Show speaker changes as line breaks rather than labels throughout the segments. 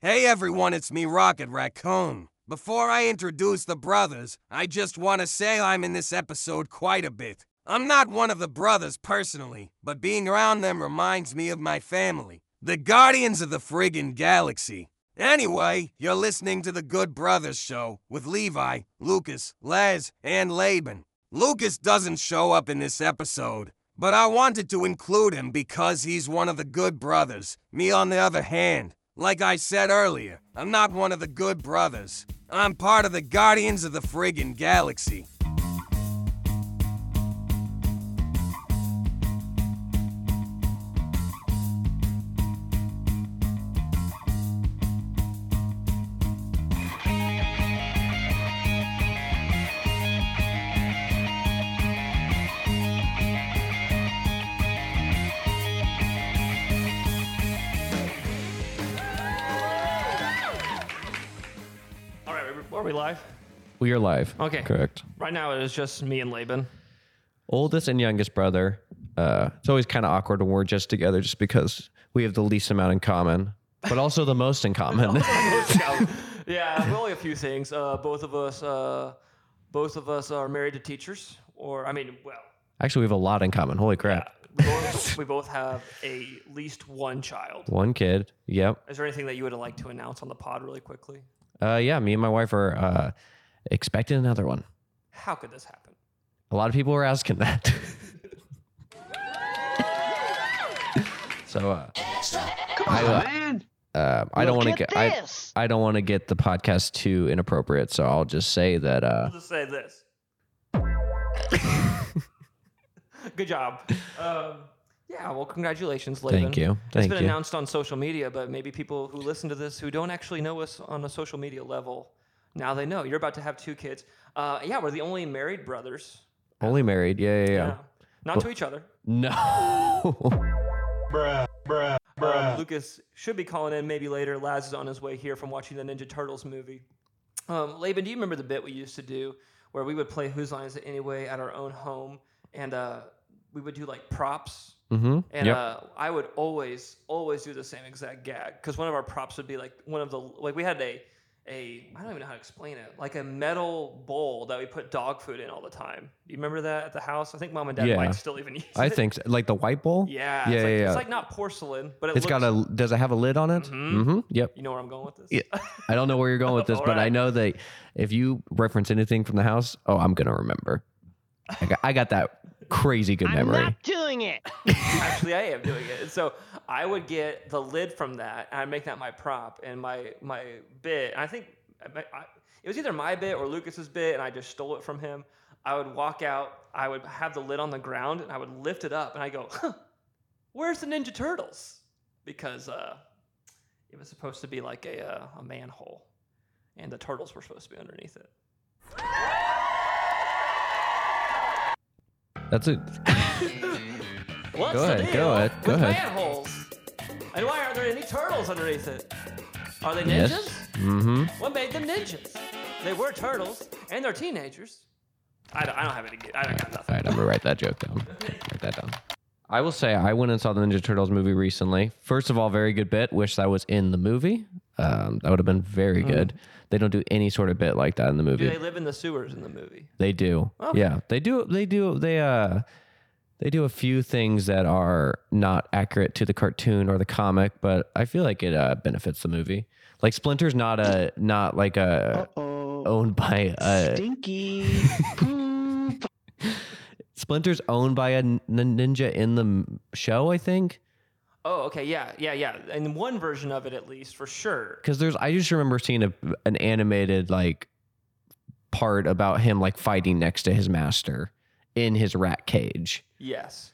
Hey everyone, it's me, Rocket Raccoon. Before I introduce the brothers, I just want to say I'm in this episode quite a bit. I'm not one of the brothers personally, but being around them reminds me of my family, the Guardians of the Friggin' Galaxy. Anyway, you're listening to the Good Brothers Show with Levi, Lucas, Les, and Laban. Lucas doesn't show up in this episode, but I wanted to include him because he's one of the good brothers. Me, on the other hand, like I said earlier, I'm not one of the good brothers. I'm part of the Guardians of the Friggin' Galaxy.
All right, are we live?
We are live.
Okay.
Correct.
Right now it is just me and Laban.
Oldest and youngest brother. Uh, it's always kind of awkward when we're just together just because we have the least amount in common, but also the most in common.
yeah, well, only a few things. Uh, both of us, uh, both of us are married to teachers, or I mean, well,
Actually, we have a lot in common. Holy crap.
we both, we both have a least one child.
One kid. Yep.
Is there anything that you would like to announce on the pod really quickly?
Uh, yeah, me and my wife are uh, expecting another one.
How could this happen?
A lot of people were asking that. so uh, I, uh,
Oh, man.
uh, I don't
Look
want to
at
get I,
this.
I don't want to get the podcast too inappropriate, so I'll just say that uh,
I'll just say this. Good job. Um, yeah, well, congratulations, Laban.
Thank you.
it's
Thank
been
you.
announced on social media, but maybe people who listen to this who don't actually know us on a social media level, now they know. You're about to have two kids. Uh, yeah, we're the only married brothers.
only married. Yeah, yeah, yeah.
Not to each other.
No.
Um, Lucas should be calling in maybe later. Laz is on his way here from watching the Ninja Turtles movie. Um, Laban, do you remember the bit we used to do where we would play Whose Line Is It Anyway at our own home, and uh, we would do like props.
mm-hmm.
And
yep.
uh, I would always, always do the same exact gag because one of our props would be like one of the like we had a a I don't even know how to explain it like a metal bowl that we put dog food in all the time. Do you remember that at the house? I think mom and dad
Yeah.
might still even use
I
it.
think so. like the white bowl.
Yeah,
yeah,
it's, like,
yeah.
it's like not porcelain, but it
it's
looks,
got a. Does it have a lid on it? Mm-hmm.
Mhm.
Yep.
You know where I'm going with this?
Yeah. I don't know where you're going with this,
All
but I
right.
know that if you reference anything from the house, oh, I'm gonna remember. I got, I got that crazy good
I'm
memory.
not doing it.
Actually, I am doing it. And so I would get the lid from that, and I'd make that my prop and my my bit. And I think I, I, it was either my bit or Lucas's bit, and I just stole it from him. I would walk out. I would have the lid on the ground, and I would lift it up, and I go, huh, "Where's the Ninja Turtles?" Because uh, it was supposed to be like a uh, a manhole, and the turtles were supposed to be underneath it.
That's it.
What's
Go
the
ahead,
deal
go ahead, go
with
ahead.
manholes? And why aren't there any turtles underneath it? Are they ninjas?
Yes. Mm-hmm.
What made them ninjas? They were turtles, and they're teenagers. I don't, I don't have any. I don't got
All
nothing.
right, I'm gonna write that joke down. Write that down. I will say I went and saw the Ninja Turtles movie recently. First of all, very good bit. Wish that was in the movie. Um, that would have been very good. They don't do any sort of bit like that in the movie.
Mm. Do they Oh. live in the sewers in the movie?
They do.
Okay.
Yeah, they do. They do. They uh, they do a few things that are not accurate to the cartoon or the comic, but I feel like it uh, benefits the movie. Like Splinter's not a not like a
Oh,
owned by a
stinky poop.
Splinter's owned by a n- ninja in the m- show, I think.
Oh, okay, yeah, yeah, yeah. In one version of it, at least, for sure.
Because there's, I just remember seeing a, an animated like part about him like fighting next to his master in his rat cage.
Yes.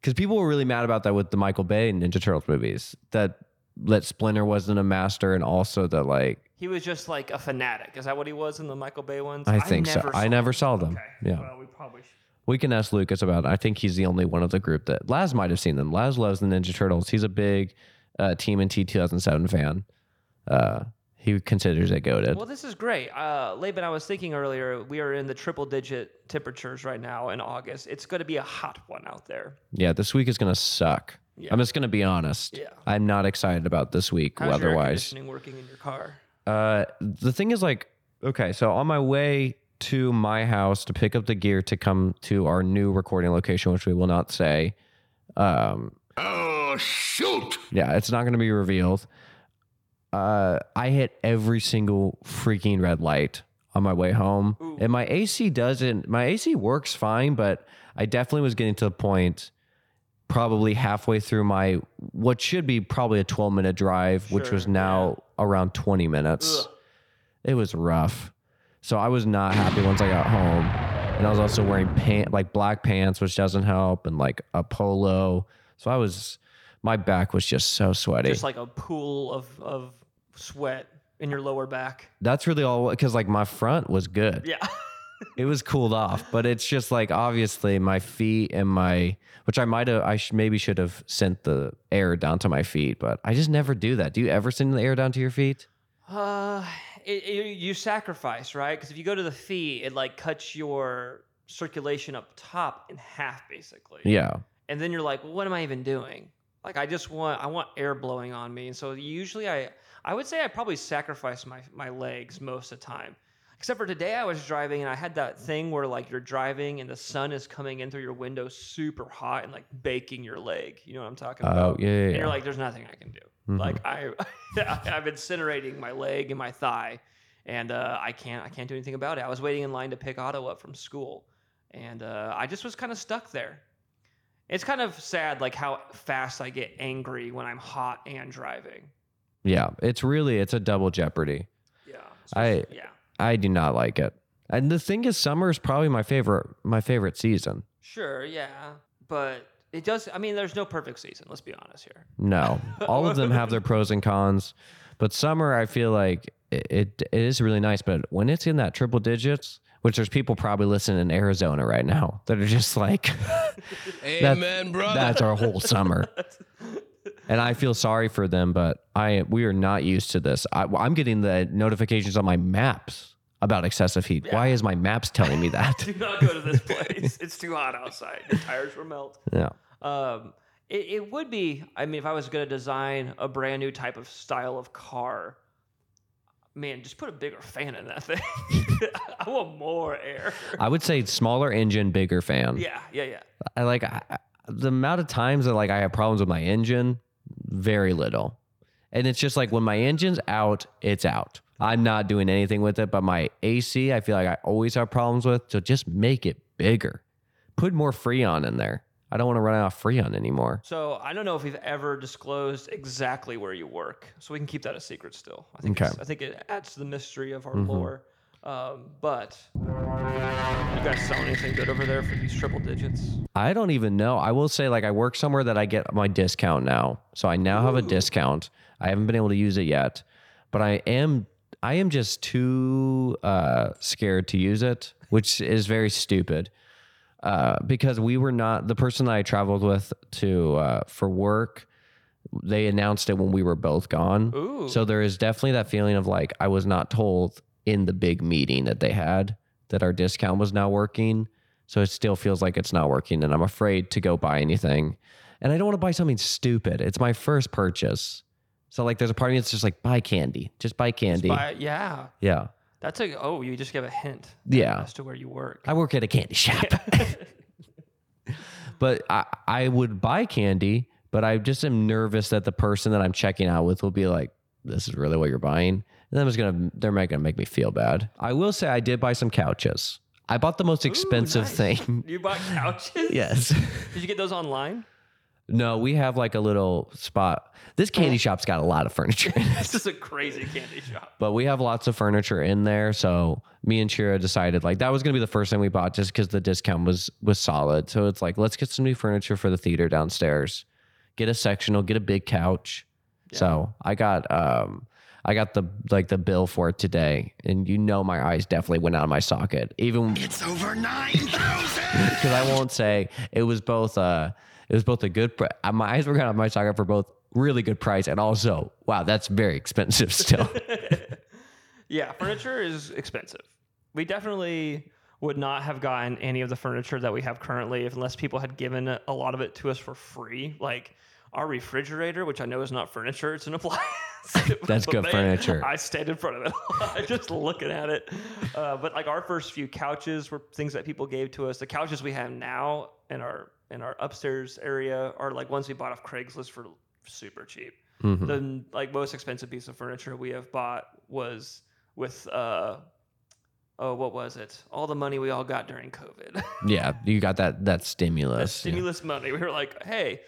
because people were really mad about that with the Michael Bay and Ninja Turtles movies that that Splinter wasn't a master and also that like
He was just like a fanatic. Is that what he was in the Michael Bay ones?
I, think so.
never
I
saw
never saw them.
Okay.
Yeah,
Well, we probably should.
we can ask Lucas about. It. I think he's the only one of the group that Laz might have seen them. Laz loves the Ninja Turtles. He's a big uh, Team NT 2007 fan. Uh, he considers it goaded.
Well, this is great. Uh, Laban, I was thinking earlier, we are in the triple digit temperatures right now in August. It's going to be a hot one out there.
Yeah, this week is gonna suck.
Yeah.
I'm just gonna be honest.
Yeah.
I'm not excited about this week
How's your air
weather-wise.
conditioning working in your car?
Uh, the thing is, like, okay, so on my way to my house to pick up the gear to come to our new recording location, which we will not say. Um,
Oh, shoot!
yeah, it's not going to be revealed. Uh, I hit every single freaking red light on my way home,
Ooh.
and my AC doesn't. My AC works fine, but I definitely was getting to the point, probably halfway through my what should be probably a twelve minute drive, which
Sure,
was now around twenty minutes.
Ugh.
It was rough, so I was not happy once I got home, and I was also wearing pant like black pants, which doesn't help, and like a polo. So I was, my back was just so sweaty.
Just like a pool of, of sweat in your lower back.
That's really all because like my front was good.
Yeah.
It was cooled off, but it's just like obviously my feet and my which I might have I sh- maybe should have sent the air down to my feet, but I just never do that. Do you ever send the air down to your feet?
Uh, it, it, you sacrifice, right? Because if you go to the feet, it like cuts your circulation up top in half, basically.
Yeah.
And then you're like, well, what am I even doing? Like, I just want, I want air blowing on me. And so usually I, I would say I probably sacrifice my, my legs most of the time. Except for today, I was driving and I had that thing where like you're driving and the sun is coming in through your window super hot and like baking your leg. You know what I'm talking
Oh
about?
yeah. yeah,
And
yeah.
you're like, there's nothing I can do.
Mhm.
Like I, I'm incinerating my leg and my thigh, and uh, I can't, I can't do anything about it. I was waiting in line to pick Otto up from school, and uh, I just was kind of stuck there. It's kind of sad, like how fast I get angry when I'm hot and driving.
yeah. It's really it's a double jeopardy.
Yeah,
I-
yeah,
I do not like it. And the thing is, summer is probably my favorite my favorite season.
sure, yeah, but it does. I mean, there's no perfect season. Let's be honest here.
No, all of them have their pros and cons, but summer I feel like it, it it is really nice. But when it's in that triple digits, which there's people probably listening in Arizona right now that are just like,
Amen, brother.
that's our whole summer, and I feel sorry for them. But I we are not used to this. I, I'm getting the notifications on my maps about excessive heat. Why is my maps telling me that?
Do not go to this place. it's too hot outside. Your tires will melt.
yeah,
Um, it, it would be, I mean, if I was going to design a brand new type of style of car, man, just put a bigger fan in that thing. I want more air.
I would say smaller engine, bigger fan.
Yeah, yeah, yeah.
I like I, I- the amount of times that like I have problems with my engine, very little. And it's just like when my engine's out, it's out. I'm not doing anything with it, but my AC, I feel like I always have problems with. So just make it bigger. Put more Freon in there. I don't want to run out of Freon anymore.
So I don't know if we've ever disclosed exactly where you work, so we can keep that a secret still. I think
Okay.
it's- I think it adds to the mystery of our
Mhm.
lore. Um, but you guys sell anything good over there for these triple digits?
I don't even know. I will say like I work somewhere that I get my discount now. So I now have a discount. I haven't been able to use it yet, but I am I am just too uh scared to use it, which is very stupid. Uh because we were not the person that I traveled with to uh for work, they announced it when we were both gone.
Ooh.
So there is definitely that feeling of like I was not told in the big meeting that they had that our discount was not working. So it still feels like it's not working and I'm afraid to go buy anything. And I don't want to buy something stupid. It's my first purchase. So like there's a part of me that's just like buy candy. Just buy candy.
Spy- yeah,
yeah.
that's a. Oh, you just gave a hint
Yeah.
as to where you work.
I work at a candy shop. but I, I would buy candy, but I just am nervous that the person that I'm checking out with will be like, this is really what you're buying. And I'm just gonna they're not gonna make me feel bad. I will say I did buy some couches. I bought the most expensive
nice.
thing.
You bought couches?
yes.
Did you get those online?
No, we have like a little spot. This candy shop's got a lot of furniture in it.
This is a crazy candy shop.
But we have lots of furniture in there, so me and Shira decided like that was gonna be the first thing we bought just because the discount was was solid. So it's like let's get some new furniture for the theater downstairs, get a sectional, get a big couch. So I got um I got the like the bill for it today, and you know my eyes definitely went out of my socket, even
it's over 9,000!
because I won't say it was both uh it was both a good pri- uh, my eyes were going out of my socket for both really good price and also wow that's very expensive still.
yeah, furniture is expensive. We definitely would not have gotten any of the furniture that we have currently if- unless people had given a lot of it to us for free. Like our refrigerator, which I know is not furniture, it's an appliance.
That's
But
good
man,
furniture.
I stand in front of it, a lot, just looking at it. Uh, but like our first few couches were things that people gave to us. The couches we have now in our in our upstairs area are like ones we bought off Craigslist for super cheap.
Mhm.
The like most expensive piece of furniture we have bought was with uh oh what was it? All the money we all got during COVID.
Yeah, you got that that
that
stimulus. yeah.
stimulus money. We were like, hey,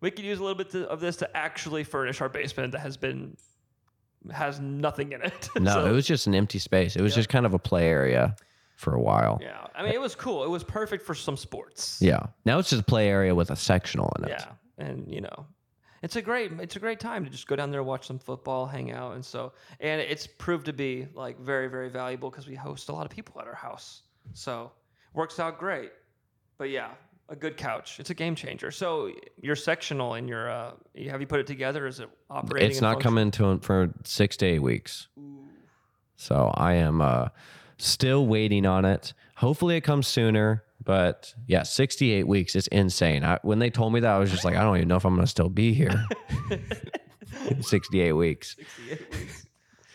we could use a little bit to, of this to actually furnish our basement that has been has nothing in it.
No,
So,
it was just an empty space. It was
Yep.
just kind of a play area for a while. Yeah.
yeah. I mean, it was cool. It was perfect for some sports.
Now it's just a play area with a sectional in it.
Yeah, and you know, it's a great it's a great time to just go down there, watch some football, hang out, and so and it's proved to be like very very valuable because we host a lot of people at our house, so works out great. But yeah, a good couch, it's a game changer. So your sectional and your uh, you- have you put it together? Is it operating?
It's
and
not coming to for six to eight weeks. So I am uh, still waiting on it. Hopefully it comes sooner. But yeah, 68 weeks is insane. I, when they told me that, I was just like, I don't even know if I'm going to still be here.
functioning?
68 weeks.
68 weeks.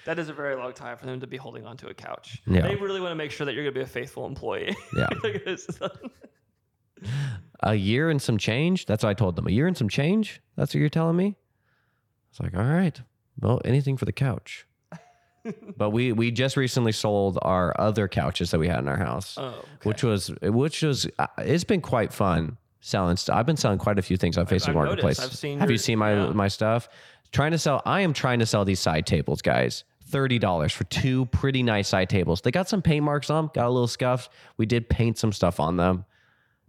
That is a very long time for them to be holding onto a couch.
Yeah.
They really want to make sure that you're going to be a faithful employee.
Yeah.
They're gonna-
A year and some change. That's what I told them. A year and some change. That's what you're telling me. It's like, all right. Well, anything for the couch. but we we just recently sold our other couches that we had in our house,
oh, okay.
which was which was uh, it's been quite fun selling stuff. I've been selling quite a few things on Facebook
I've noticed.
Marketplace.
I've seen
Have
your-
you seen my
yeah.
my stuff? Trying to sell. I am trying to sell these side tables, guys. Thirty dollars for two pretty nice side tables. They got some paint marks on them. Got a little scuffed. We did paint some stuff on them,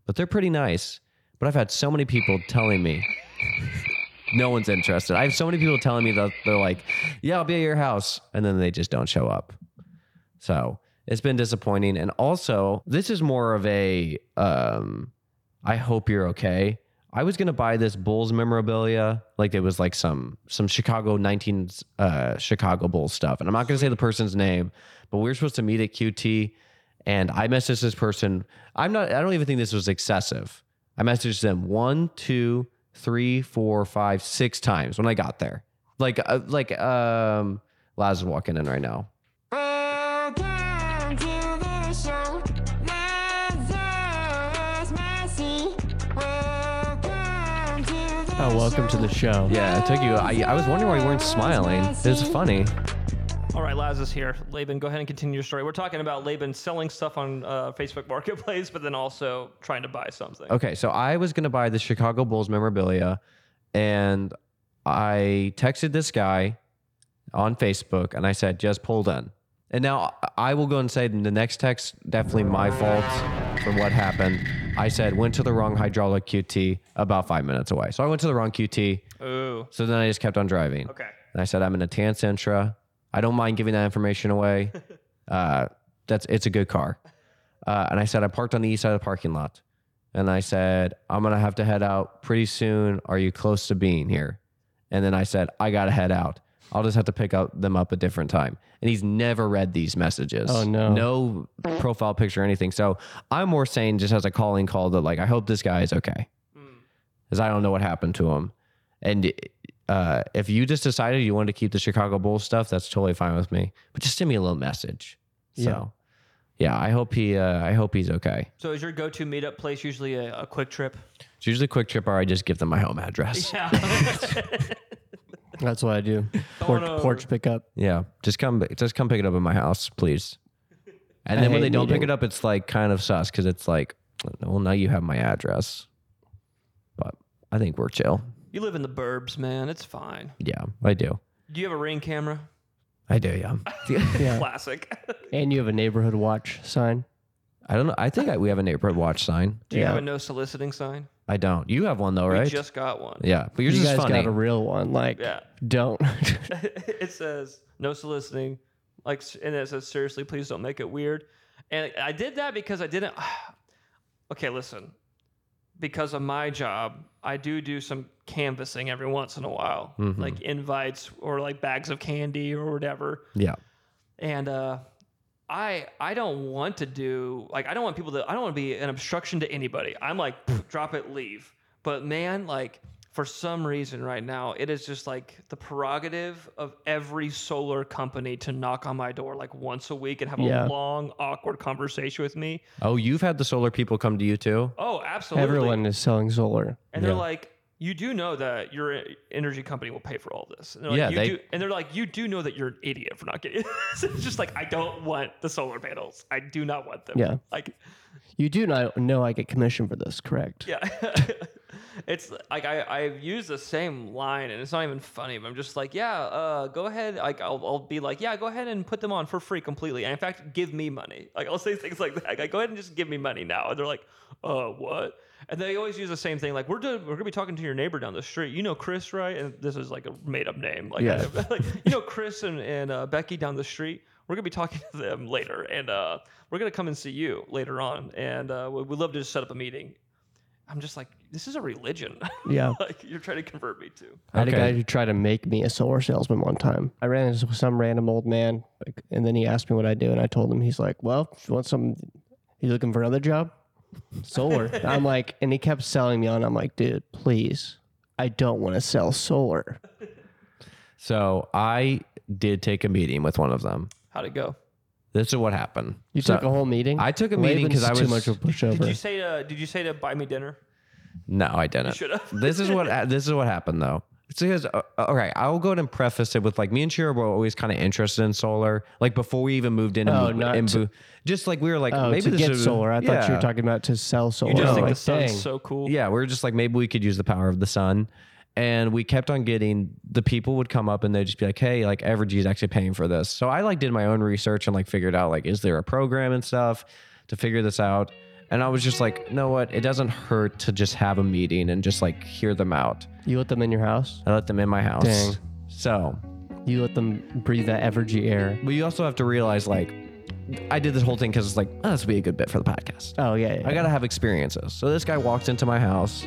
but they're pretty nice. But I've had so many people telling me. No one's interested. I have so many people telling me that they're like, "Yeah, I'll be at your house," and then they just don't show up. So it's been disappointing. And also, this is more of a um, I hope you're okay. I was gonna buy this Bulls memorabilia, like there was like some some Chicago 19 uh, Chicago Bulls stuff, and I'm not gonna say the person's name, but we were supposed to meet at QT, and I messaged this person. I'm not. I don't even think this was excessive. I messaged them one, two, three, four, five, six times when I got there. Like uh, like um, Laz is walking in right now.
Welcome to the show. Lazarus Mercy. Welcome to the
Oh, welcome to the show.
Yeah, it took you. I, I was wondering why you weren't smiling. It was funny.
All right, Laz is here. Laban, go ahead and continue your story. We're talking about Laban selling stuff on uh, Facebook Marketplace, but then also trying to buy something.
Okay, so I was gonna buy the Chicago Bulls memorabilia, and I texted this guy on Facebook, and I said, "Just pulled in." And now I will go and say in the next text, definitely my fault for what happened. I said went to the wrong hydraulic QT about five minutes away, so I went to the wrong QT.
Ooh.
So then I just kept on driving.
Okay.
And I said, I'm in a Tan Sentra. I don't mind giving that information away. Uh, that's it's a good car. Uh, and I said, I parked on the east side of the parking lot. And I said, I'm gonna have to head out pretty soon. Are you close to being here? And then I said, I gotta head out. I'll just have to pick up them up a different time. And he's never read these messages.
Oh, no.
No profile picture or anything. So I'm more saying just as a calling call that like I hope this guy is okay
Hmm.
Mm.
because I don't know what happened to him. And uh, if you just decided you wanted to keep the Chicago Bulls stuff, that's totally fine with me. But just send me a little message. So, yeah, I hope he, uh, I hope he's okay.
So is your go-to meetup place usually a, a quick trip?
It's usually a quick trip, or I just give them my home address. Yeah,
Yeah.
That's what I do. Porch,
no.
porch pickup.
just come, just come pick it up at my house, please. And
I
then when
hate
they don't pick
meeting-
it up, it's like kind of sus because it's like, well, now you have my address. But I think we're chill.
you live in the burbs, man. It's fine.
Yeah, I do.
Do you have a ring camera?
I do. Yeah.
Yeah.
Classic.
And you have a neighborhood watch sign.
I don't know. I think I, we have a neighborhood watch sign.
Do you have
Yeah.
a no soliciting sign?
I don't. You have one though,
We
right?
just got one.
yeah, but yours
you
is
guys
funny.
got a real one. Like,
Yeah.
don't.
it says no soliciting like s- and it says seriously please don't make it weird and i did that because i didn't okay listen because of my job i do do some canvassing every once in a while
Mhm.
like invites or like bags of candy or whatever
yeah,
and uh I, I don't want to do like I don't want people to I don't want to be an obstruction to anybody. I'm like "Pff, drop it, leave. But man, like for some reason right now it is just like the prerogative of every solar company to knock on my door like once a week and have
Yeah.
a long awkward conversation with me
Oh, you've had the solar people come to you too?
oh absolutely
Everyone is selling solar.
and they're
Yeah.
like you do know that your e- energy company will pay for all this and they're like,
Yeah,
you
they-
do, and they're like you do know that you're an idiot for not getting this it's just like i don't want the solar panels i do not want them
Yeah.
like
You do not know I get commission for this, correct?
Yeah. it's like I, I've used the same line and it's not even funny, but I'm just like, yeah, uh, go ahead. Like I'll, I'll be like, yeah, go ahead and put them on for free completely. And in fact, give me money. Like I'll say things like that. Like go ahead and just give me money now. And they're like, uh, what? And they always use the same thing. Like we're doing, we're gonna be talking to your neighbor down the street. You know Chris, right? And this is like a made up name. Like,
Yeah.
like you know Chris and, and uh, Becky down the street. We're gonna be talking to them later, and uh, we're gonna come and see you later on. And uh, we- we'd love to just set up a meeting. I'm just like, this is a religion.
Yeah.
like you're trying to convert me to.
I had a guy
Okay.
who tried to make me a solar salesman one time. I ran into some random old man, like, and then he asked me what I do, and I told him. He's like, "Well, if you want some? You looking for another job? Solar." I'm like, and he kept selling me on. I'm like, dude, please, I don't want to sell solar.
So I did take a meeting with one of them.
How'd it go?
This is what happened.
You
So-
took a whole meeting.
I took a meeting 'cause
Laban's
I
too
was-
much of a pushover.
Did you say to Did you say to buy me dinner?
No, I didn't.
should've.
this is what uh, this is what happened though. It's because uh, all right, I'll go ahead and preface it with like me and Shira were always kind of interested in solar, like before we even moved in. And,
Oh,
moved-
not
and
to-
bo- just like we were like
oh,
maybe
to
this
get
is,
solar. I thought you
yeah.
were talking about to sell solar.
You just
I'm
think
like,
the sun's
dang.
so cool.
Yeah, we were just like maybe we could use the power of the sun. And we kept on getting the people would come up and they'd just be like, "Hey, like Evergy is actually paying for this." So I like did my own research and like figured out like is there a program and stuff to figure this out. And I was just like, "You know what? It doesn't hurt to just have a meeting and just like hear them out."
You let them in your house.
I let them in my house.
Dang.
So,
You let them breathe that Evergy air.
but you also have to realize like, I did this whole thing because it's like, oh, this would be a good bit for the podcast.
Oh yeah, yeah.
I gotta have experiences. So this guy walks into my house.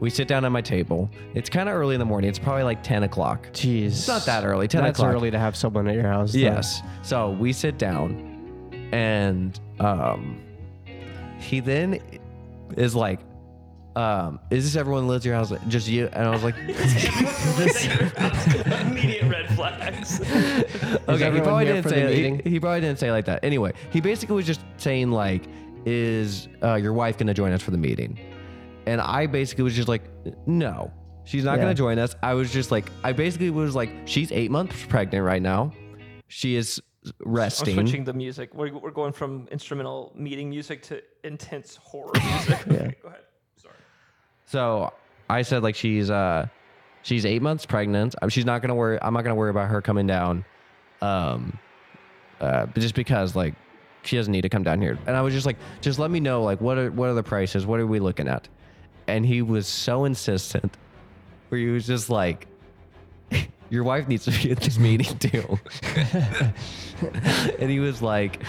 We sit down at my table. It's kind of early in the morning. It's probably like 10 o'clock.
Jeez,
It's not that early. 10
That's
o'clock.
early to have someone at your house. though.
Yes. So we sit down, and um, he then is like, um, "Is this everyone who lives at your house? Just you?" And I was like,
This- Immediate red flags.
okay, he
everyone
probably
here
didn't
for the
say
meeting?
He, he probably didn't say it like that. Anyway, he basically was just saying like, "Is uh, your wife going to join us for the meeting?" And I basically was just like, "No, she's not
Yeah.
going to join us." I was just like, I basically was like, "She's eight months pregnant right now. She is
I'm
resting."
switching the music. We're, we're going from instrumental meeting music to intense horror music. Okay, go ahead. Sorry.
So I said like she's uh she's eight months pregnant. Um, She's not gonna worry. I'm not gonna worry about her coming down. Um, uh, but just because like she doesn't need to come down here. And I was just like, just let me know like what are what are the prices? What are we looking at? And he was so insistent, where he was just like. Your wife needs to be at this meeting too. and he was like,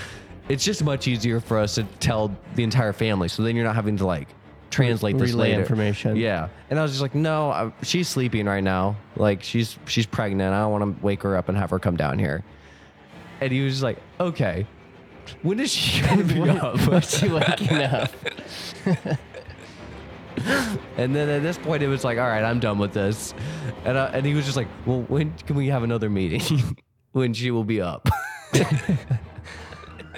it's just much easier for us to tell the entire family. So then you're not having to like translate this
Relay
later.
information.
Yeah. And I was just like, no, I, she's sleeping right now. Like she's she's pregnant. I don't want to wake her up and have her come down here. And he was just like, okay. When is she gonna be up?
She waking up.
And then at this point, it was like, all right, I'm done with this. And I, and he was just like, well, when can we have another meeting? when she will be up.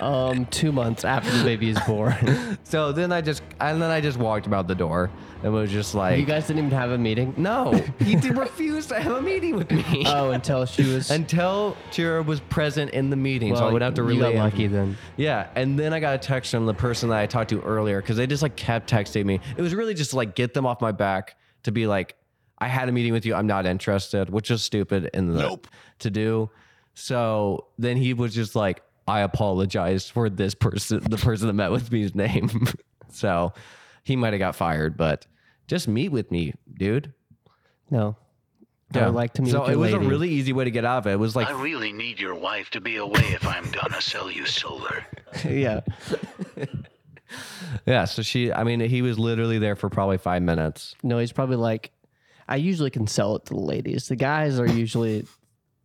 Um, two months after the baby is born.
so then I just and then I just walked about the door and was just like,
you guys didn't even have a meeting.
no, he did refuse to have a meeting with me.
Oh, until she was.
Until Tira was present in the meeting, so I
Well,
would have to
you
relay.
got
him.
lucky then.
Yeah, and then I got a text from the person that I talked to earlier because they just like kept texting me. It was really just to, like get them off my back to be like, I had a meeting with you. I'm not interested, which is stupid in the
Nope.
to do. So then he was just like, I apologize for this person, the person that met with me's name. so he might have got fired, but just meet with me, dude.
No. I would like to meet
So
with your
it was
lady.
a really easy way to get out of it. It was like
I really need your wife to be away if I'm gonna sell you solar.
yeah.
Yeah, so she I mean he was literally there for probably 5 minutes.
No, he's probably like, I usually can sell it to the ladies. The guys are usually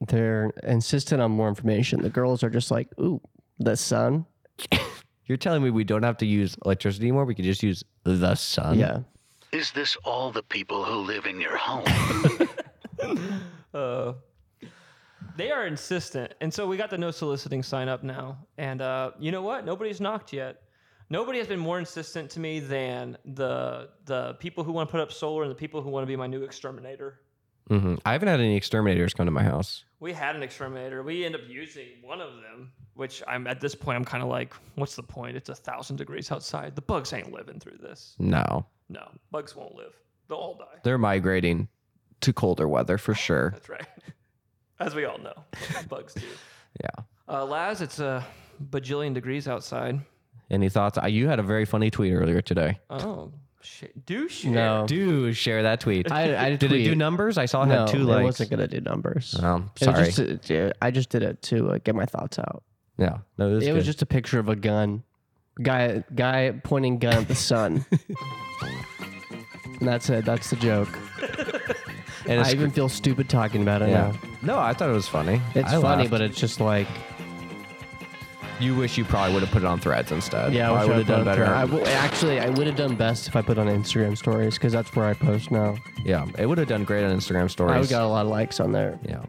they're insistent on more information. The girls are just like, ooh, the sun.
You're telling me we don't have to use electricity anymore, we can just use the sun.
Yeah.
Is this all the people who live in your home?
uh, they are insistent. And so we got the no soliciting sign up now. And uh, you know what? Nobody's knocked yet. Nobody has been more insistent to me than the the people who want to put up solar and the people who want to be my new exterminator.
hmm I haven't had any exterminators come to my house.
We had an exterminator. We end up using one of them, which I'm at this point I'm kind of like, what's the point? It's a thousand degrees outside. The bugs ain't living through this.
No,
No, bugs won't live. They'll all die.
they're migrating to colder weather for sure.
That's right. As we all know, bugs do.
Yeah.
Uh, Laz, it's a bajillion degrees outside.
Any thoughts? Uh, You had a very funny tweet earlier today.
Oh, shit. Do shit.
No.
Do share that tweet.
I- I
did it do
tweet.
numbers? I saw it
no,
had two
I
likes.
wasn't gonna do numbers.
Um,
It was
sorry.
just to- I just did it to uh, get my thoughts out.
yeah. No, it was,
it was
good.
just a picture of a gun, guy guy pointing gun at the sun. and that's it. That's the joke.
And it's
I even feel stupid talking about it
Yeah.
now.
No, I thought it was funny.
It's
I
funny,
laughed.
but it's just like
you wish you probably would have put it on Threads instead.
yeah.
I would
wish
have
would've
done
put it
better.
there. I w- actually, I would have done best if I put it on Instagram stories because that's where I post now.
yeah, it would have done great on Instagram
I
stories.
got a lot of likes on there.
yeah,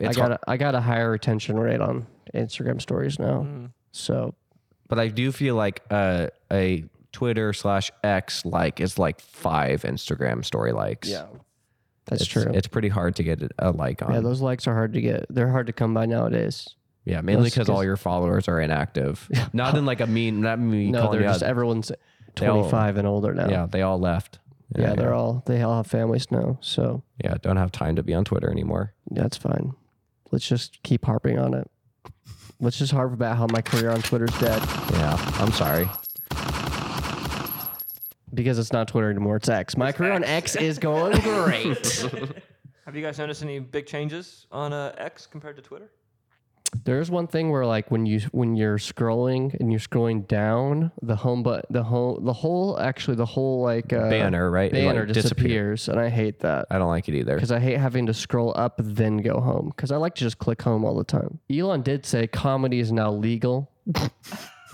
I
It's
got
hard-
a, I got a higher retention rate on Instagram stories now. So
but I do feel like uh, a Twitter slash X like is like five Instagram story likes.
that's
it's,
true.
It's pretty hard to get a like on.
yeah,
Yeah,
those likes are hard to get. They're hard to come by nowadays.
mainly
those-
because all your followers are inactive. Not in like a mean, not me
No,
calling
they're
you
just
out.
everyone's
They all-
25 and older now.
yeah, they all left.
Yeah, they're all they all have families now, so
yeah, don't have time to be on Twitter anymore.
that's fine. Let's just keep harping on it. Let's just harp about how my career on Twitter's dead
Yeah, I'm sorry.
because it's not Twitter anymore. It's X. My career on X is going great.
Have you guys noticed any big changes on uh, X compared to Twitter?
There's one thing where like when you when you're scrolling and you're scrolling down the home but the home the whole actually the whole like uh,
Banner, right? It, like,
banner
disappear.
disappears and I hate that.
I don't like it either.
because I hate having to scroll up then go home because I like to just click home all the time. Elon did say comedy is now legal,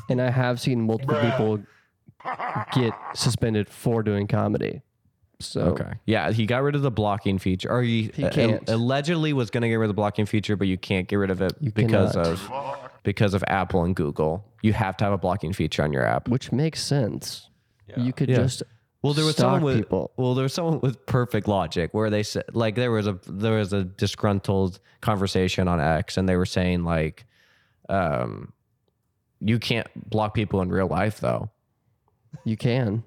and I have seen multiple people get suspended for doing comedy. So
Okay. Yeah, he got rid of the blocking feature. Or he,
He
uh,
can't.
allegedly was going to get rid of the blocking feature, but you can't get rid of it
You
because
cannot.
of because of Apple and Google. You have to have a blocking feature on your app.
which makes sense. You could
Yeah.
just
Well, there was
stalk
someone with
people.
well, there was someone with perfect logic where they said like there was a there was a disgruntled conversation on X, and they were saying like, um, you can't block people in real life though.
you can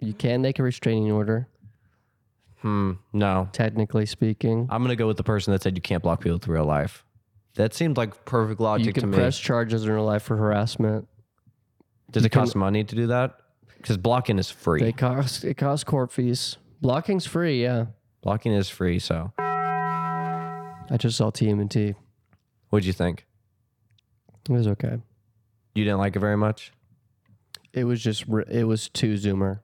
you can make a restraining order
Hmm. No,
technically speaking.
I'm gonna go with the person that said you can't block people in real life. That seemed like perfect logic
You
to
can
me.
press charges in real life for harassment.
Does it
can-
cost money to do that? Because blocking is free.
They cost it costs court fees. Blocking's free, yeah.
blocking is free. So,
I just saw TMNT.
what'd you think?
It was okay.
You didn't like it very much.
It was just re- it was too zoomer.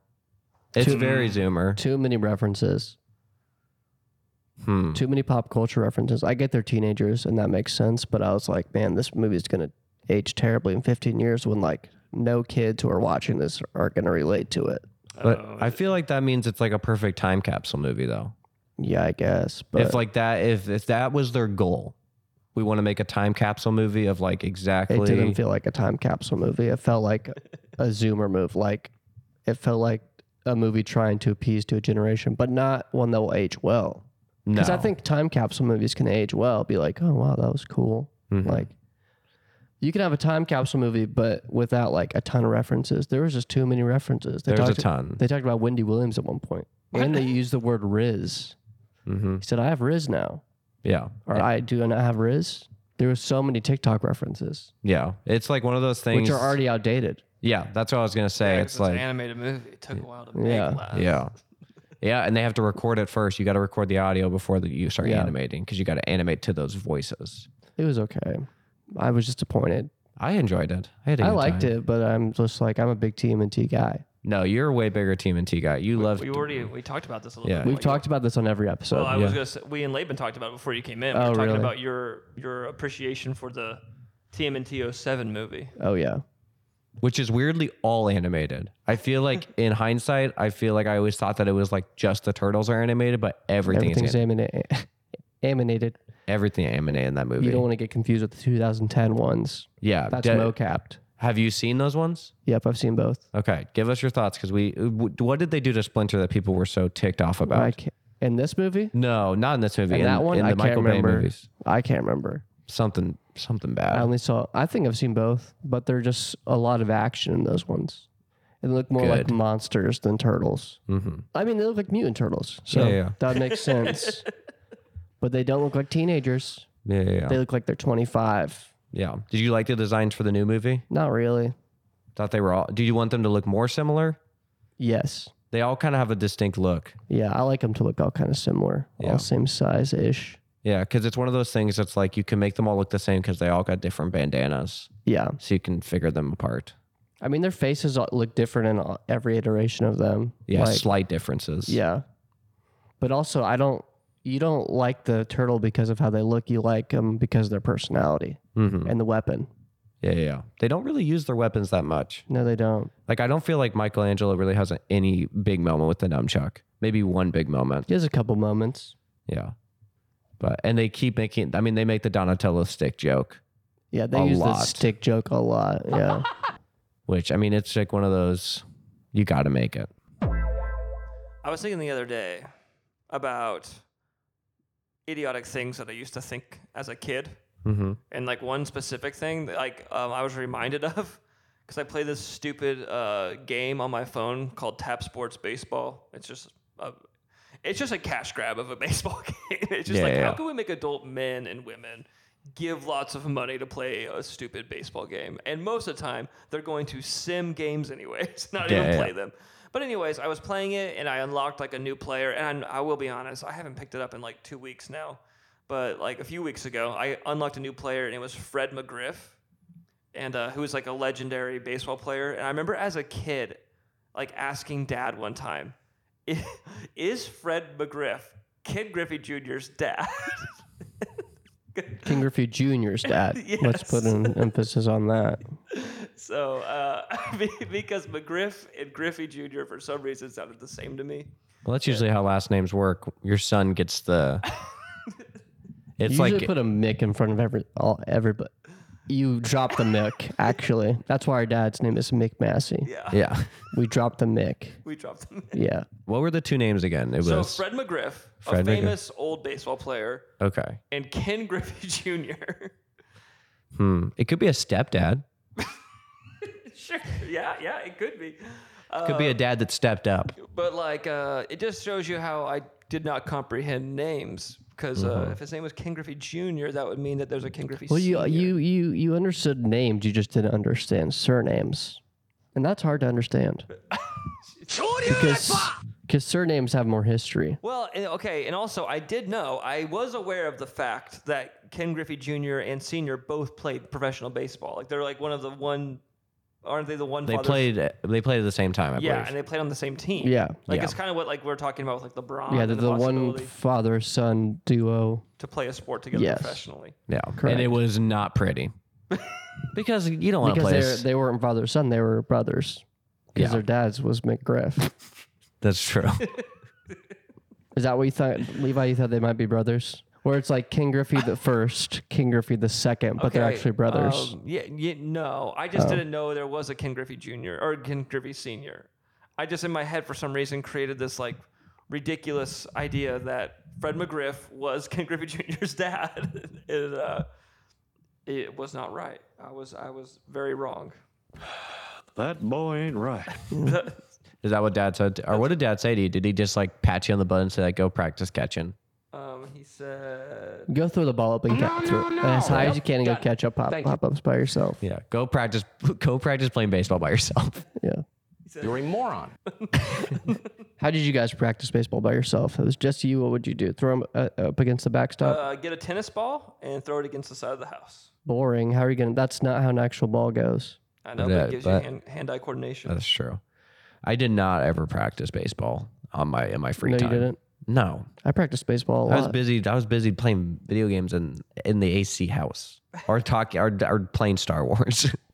It's
Too-
very zoomer.
Too many references.
hmm.
Too many pop culture references. I get they're teenagers and that makes sense, but I was like, man, this movie is gonna age terribly in 15 years when like no kids who are watching this are gonna relate to it.
But
Oh,
I feel like that means it's like a perfect time capsule movie, though.
Yeah, I guess. But
if like that, if if that was their goal, we want to make a time capsule movie of like exactly.
it didn't feel like a time capsule movie. It felt like a zoomer move. Like it felt like a movie trying to appease to a generation, but not one that will age well.
no.
Because I think time capsule movies can age well. Be like, oh wow, that was cool.
Mhm.
Like, you can have a time capsule movie, but without like a ton of references. There was just too many references. They
there's a
talked-
ton.
They talked about Wendy Williams at one point, and they used the word Riz.
hmm
He said, "I have Riz now,"
Yeah.
or "I do not have Riz." There was so many TikTok references,
Yeah. It's like one of those things.
which are already outdated.
Yeah, that's what I was gonna say.
Yeah, 'cause
it's like
an animated movie. It took a while to make.
Yeah.
Laz.
Yeah. Um, Yeah, and they have to record it first. You got to record the audio before the, you start
Yeah.
animating because you got to animate to those voices.
It was okay. I was disappointed.
I enjoyed it. I, had a
I
good
liked
time.
it, but I'm just like I'm a big TMNT guy.
No, you're a way bigger Team and T guy. You love.
We already we talked about this a little
Yeah.
bit.
We've
Like,
talked about this on every episode.
Well, I was
yeah.
gonna say we and Laban talked about it before you came in. We
Oh,
were talking
really?
about your your appreciation for the TMNT 07 movie.
oh yeah,
which is weirdly all animated. I feel like in hindsight, I feel like I always thought that it was like just the turtles are animated, but everything
Everything's
is anim-
amina- animated.
everything animated in that movie.
You don't want to get confused with the 2010 ones.
yeah,
That's
de-
mocapped.
Have you seen those ones?
Yep, I've seen both.
Okay, give us your thoughts because we. uh, w- What did they do to Splinter that people were so ticked off about?
I can't, in this movie,
no, not in this movie.
In
in,
that one,
in the
I can't
Michael Bay
remember.
movies,
I can't remember.
something something bad.
I only saw. I think I've seen both, but they're just a lot of action in those ones. It looked more like
Good.
monsters than turtles.
mm-hmm.
I mean, they look like mutant turtles, so
Yeah, yeah, yeah.
that makes sense. But they don't look like teenagers.
Yeah, yeah, yeah.
They look like they're 25.
yeah. Did you like the designs for the new movie?
Not really.
Thought they were all. Do you want them to look more similar?
Yes.
They all kind of have a distinct look.
Yeah, I like them to look all kind of similar,
Yeah.
all same size ish.
Yeah, because it's one of those things that's like you can make them all look the same because they all got different bandanas,
Yeah.
so you can figure them apart.
I mean, their faces all- look different in all- every iteration of them.
Yeah,
Like,
slight differences.
yeah. But also, I don't. You don't like the turtle because of how they look. You like them because of their personality
hmm
and the weapon.
yeah, yeah, yeah. They don't really use their weapons that much.
No, they don't.
Like I don't feel like Michelangelo really has any big moment with the nunchuck. Maybe one big moment.
He has a couple moments.
Yeah. But and they keep making. I mean, they make the Donatello stick joke,
Yeah, they
A
use
lot.
the stick joke a lot. Yeah.
which I mean, it's like one of those. You got to make it.
I was thinking the other day about idiotic things that I used to think as a kid,
Mm-hmm.
and like one specific thing that like um, I was reminded of because I play this stupid uh, game on my phone called Tap Sports Baseball. It's just a, it's just a cash grab of a baseball game. It's just
Yeah,
like
yeah,
how
yeah.
can we make adult men and women give lots of money to play a stupid baseball game? And most of the time, they're going to sim games anyways, not
Yeah,
even
yeah,
play
yeah.
them. But anyways, I was playing it and I unlocked like a new player. And I will be honest, I haven't picked it up in like two weeks now. But like a few weeks ago, I unlocked a new player and it was Fred McGriff, and uh, who was like a legendary baseball player. And I remember as a kid, like asking Dad one time, "I- "Is Fred McGriff Kid Griffey Jr.'s dad?"
King Griffey Jr.'s dad. Let's put
Yes.
an emphasis on that.
So, uh, be- because McGriff and Griffey Jr. for some reason sounded the same to me.
Well, that's usually how last names work. Your son gets the. It's
you
like
usually put a Mick in front of every all everybody. You drop the Mick. Actually, that's why our dad's name is Mick Massey.
Yeah,
yeah.
We dropped the Mick.
we dropped them.
Yeah,
What were the two names again? It
So
was
Fred McGriff,
Fred
a
McGriff.
famous old baseball player,
okay.
and Ken Griffey Jr.
Hmm. It could be a stepdad.
sure. Yeah, yeah, it could be.
It could be a dad that stepped up.
But like, uh, it just shows you how I did not comprehend names. Because uh, if his name was Ken Griffey Jr., that would mean that there's a Ken Griffey.
Mm-hmm. Well, you uh,
Sr..
you you you understood names, you just didn't understand surnames, and that's hard to understand because because surnames have more history.
Well, and- okay, and also I did know I was aware of the fact that Ken Griffey Jr. and Senior both played professional baseball. Like they're like one of the one, aren't they the one?
They
fathers-
played. They played at the same time. I
Yeah, and
believe.
they played on the same team.
Yeah.
like
Yeah.
it's kind of what like we're talking about with like LeBron.
yeah,
and
the,
the,
the one
possibility
father son duo.
to play a sport together
Yes.
professionally.
yeah.
Correct.
And it was not pretty. because you don't want to
Because
play.
they
s-
they weren't father son, they were brothers. Because
Yeah.
their dad's was McGriff.
That's true.
Is that what you thought, Levi? You thought they might be brothers? Where it's like King Griffey the first, King Griffey the second, but they're
Okay,
actually brothers. Oh.
um, yeah, yeah, no, I just didn't know there was a Ken Griffey Jr. or Ken Griffey Sr. I just in my head for some reason created this like ridiculous idea that Fred McGriff was Ken Griffey Jr.'s dad. it, uh, it was not right. I was I was very wrong.
That boy ain't right.
Is that what dad said? Or what did dad say to you? Did he just like pat you on the butt and say like, "Go practice catching"?
Um, he said,
Go throw the ball up and catch through it as high as you can and go catch up pop, pop ups by yourself.
Yeah. Go practice. Go practice playing baseball by yourself.
Yeah.
You're a moron.
How did you guys practice baseball by yourself? If it was just you. What would you do? Throw them uh, up against the backstop?
uh, "Get a tennis ball and throw it against the side of the house."
Boring. How are you gonna? That's not how an actual ball goes.
I know, but
That-
it gives
that-
you hand, hand-eye coordination.
That's true. I did not ever practice baseball on my in my free
no,
time.
you didn't.
No,
I practiced baseball a
I was
lot.
busy. I was busy playing video games in in the AC house or talking or, or playing Star Wars.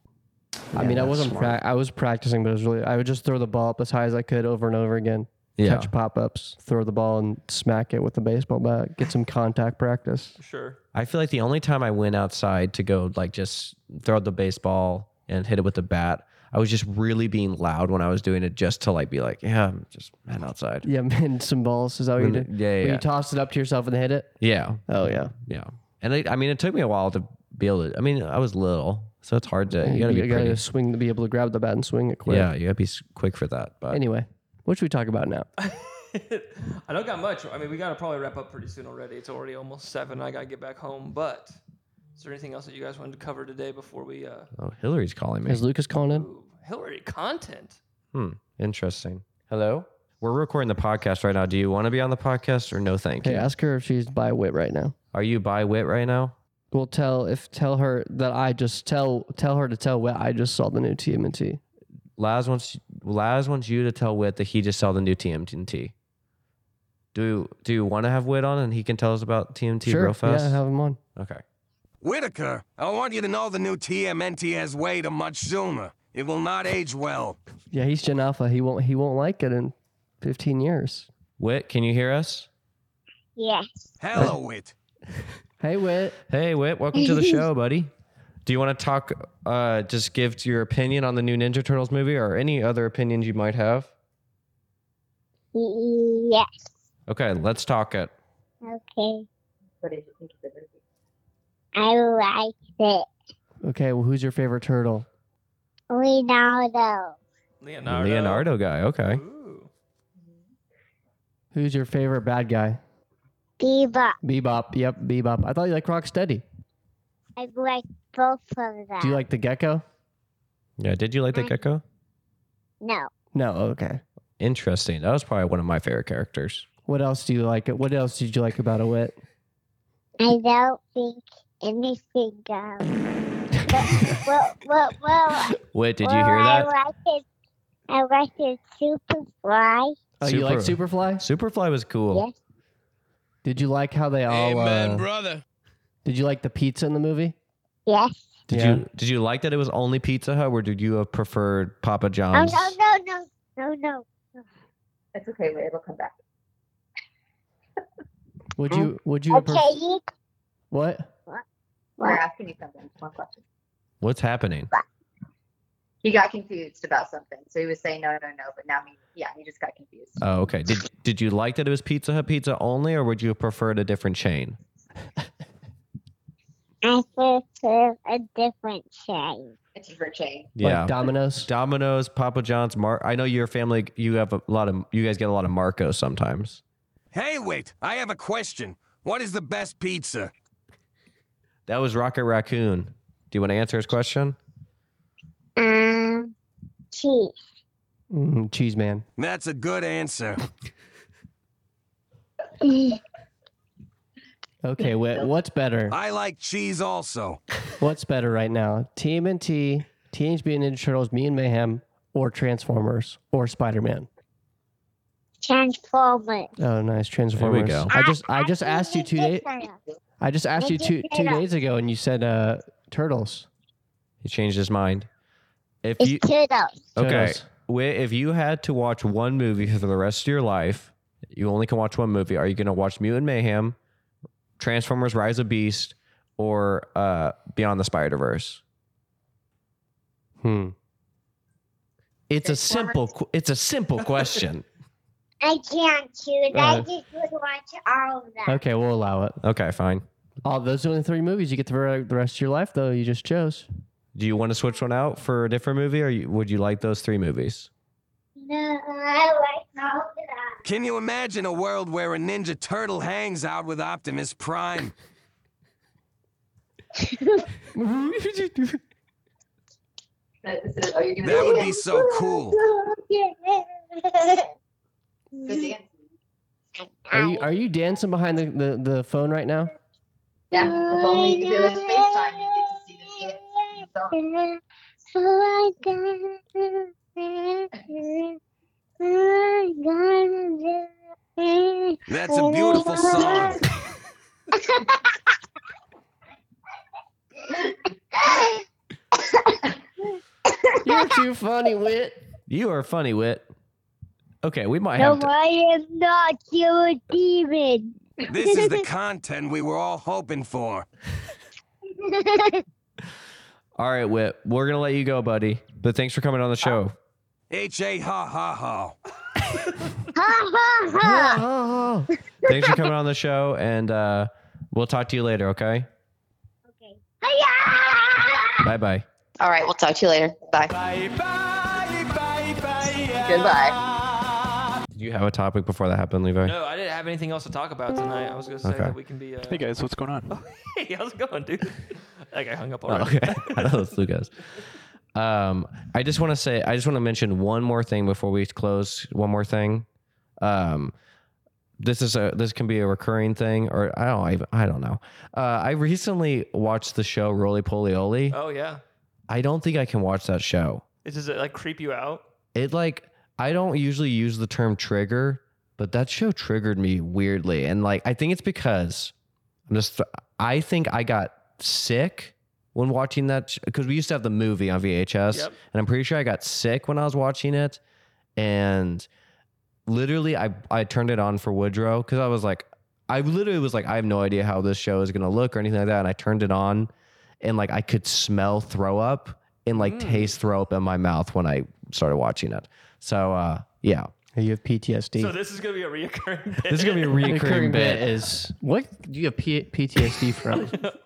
I mean, I
that's
wasn't. Pra-
smart.
I was practicing, but it was really. I would just throw the ball up as high as I could over and over again.
Yeah.
Catch pop ups, throw the ball and smack it with the baseball bat. Get some contact practice.
Sure.
I feel like the only time I went outside to go like just throw the baseball and hit it with the bat, I was just really being loud when I was doing it just to like be like, yeah, I'm just heading outside.
Yeah, man, some balls. Is that what you
Mm,
did?
yeah, yeah,
When
yeah.
you toss it up to yourself and hit it.
Yeah.
Oh yeah.
Yeah. And I, I mean, it took me a while to be able to, I mean, I was little, so it's hard to, you gotta be pretty.
swing to be able to grab the bat and swing it quick.
yeah. You gotta be s- quick for that. But
Anyway, what should we talk about now?
I don't got much. I mean, we got to probably wrap up pretty soon already. It's already almost seven. I got to get back home. But is there anything else that you guys wanted to cover today before we uh,
oh, Hillary's calling me.
Is Lucas calling in?
move? Hillary content.
Hmm. Interesting. Hello? We're recording the podcast right now. Do you want to be on the podcast or no thank
Hey,
you?
ask her if she's by wit right now.
Are you by wit right now?
Well, tell if tell her that I just tell tell her to tell Wit I just saw the new TMNT.
Laz wants Laz wants you to tell Wit that he just saw the new TMT. Do do you want to have Wit on and he can tell us about TMT real fast?
yeah, have him on.
okay.
Whitaker, I want you to know the new TMNT has way too much Zuma. It will not age well.
Yeah, he's Gen Alpha. He won't he won't like it in fifteen years.
Wit, can you hear us?
Yes.
Hello, it.
Hey Wit,
Hey Wit, welcome to the show, buddy. Do you want to talk uh just give your opinion on the new Ninja Turtles movie or any other opinions you might have?
Yes.
Okay, let's talk it.
Okay. I liked it.
okay. Well, who's your favorite turtle?
Leonardo.
Leonardo.
Leonardo guy, okay.
Ooh.
Who's your favorite bad guy?
Bebop.
Bebop. Yep, Bebop. I thought you liked Rocksteady.
I like both of them.
Do you like the gecko?
Yeah, did you like the
I-
gecko?
No.
No. Okay.
Interesting. That was probably one of my favorite characters.
What else do you like? What else did you like about a Wit?
I don't think anything of. but, well, well, well,
Wit, did you
well,
hear that?
I like it. I like it Superfly.
Oh, you like Superfly?
Superfly was cool.
Yes.
Did you like how they all? uh,
brother.
Did you like the pizza in the movie?
Yes.
Did
Yeah.
you did you like that it was only Pizza Hut, or did you have preferred Papa
Oh,
John's?
no, no, no, no, no.
It's okay, but it'll come back.
Would you? Would you? have pref-
Okay, you.
what?
We're asking you something. One question.
What's happening?
He got confused about something, so he was saying no, no, no, but now he, yeah, he just got confused.
Oh, okay. Did did you like that it was Pizza Hut pizza only, or would you have preferred a different chain?
I prefer a different shade.
It's for change.
Yeah.
Like Domino's.
Domino's, Papa John's, Mar. I know your family. You have a lot of. You guys get a lot of Marco sometimes.
Hey, wait, I have a question. What is the best pizza?
That was Rocket Raccoon. Do you want to answer his question?
Um, cheese.
Mm, cheese man.
That's a good answer.
Okay, wait, what's better?
I like cheese also.
What's better right now? TMNT, Teenage Mutant Ninja Turtles, Me and Mayhem, or Transformers, or Spider Man?
Transformers.
Oh, nice Transformers.
go.
I just I just
think
asked you
it's
two days.
different.
I just asked you
Make
two
it
two
better.
days ago, and you said uh, turtles.
He changed his mind. If
It's
you
turtles.
okay,
Turtles.
Wi- if you had to watch one movie for the rest of your life, you only can watch one movie. Are you going to watch Mutant Mayhem, Transformers: Rise of Beast, or uh, Beyond the Spider Verse?
Hmm.
It's a
Transformers.
simple. qu- It's a simple question.
I can't choose. I
Uh,
just would watch all of them.
Okay, we'll allow it.
okay, fine.
Oh, those are the three movies you get to the rest of your life, though. You just chose.
Do you want to switch one out for a different movie, or you, would you like those three movies?
No, I like all of them.
Can you imagine a world where a Ninja Turtle hangs out with Optimus Prime?
Are you gonna
That would be
dance?
so cool.
Good dance.
Are you are you dancing behind the, the, the phone right now?
Yeah, if only you could do it in FaceTime, you get to see this dance. So,
Oh my God. Oh my God.
That's a beautiful song.
You're too funny, wit.
You are funny, Wit. Okay, we might
No,
have to.
I am not. You're a demon.
This is the content we were all hoping for.
All right, Wit. We're gonna let you go, buddy. But thanks for coming on the show.
H A ha ha ha.
ha ha ha.
Oh,
thanks for coming on the show, and uh, we'll talk to you later. Okay.
Okay. Hiya!
Bye bye.
All right, we'll talk to you later. Bye.
Bye bye bye bye.
Goodbye.
Did you have a topic before that happened, Levi?
No, I didn't have anything else to talk about tonight. I was gonna say
Okay.
that we can be. Uh,
Hey guys, what's going on?
hey, how's it going, dude? like I hung up
Oh,
already.
okay. I know that's Lucas. Um, I just want to say, I just want to mention one more thing before we close. One more thing. Um, this is a this can be a recurring thing, or I don't even I don't know. Uh, I recently watched the show Roly Poly Oly.
Oh yeah.
I don't think I can watch that show.
Is does it like creep you out?
It like I don't usually use the term trigger, but that show triggered me weirdly, and like I think it's because I'm just I think I got sick when watching that because we used to have the movie on VHS,
Yep.
and I'm pretty sure I got sick when I was watching it, and literally I I turned it on for Woodrow because I was like I literally was like I have no idea how this show is gonna look or anything like that, and I turned it on, and like I could smell throw up and like
Mm.
taste throw up in my mouth when I started watching it. So uh yeah,
you have PTSD.
So this is gonna be a reoccurring. Bit.
this is gonna be a
recurring
recurring bit.
is what do you have P- PTSD from?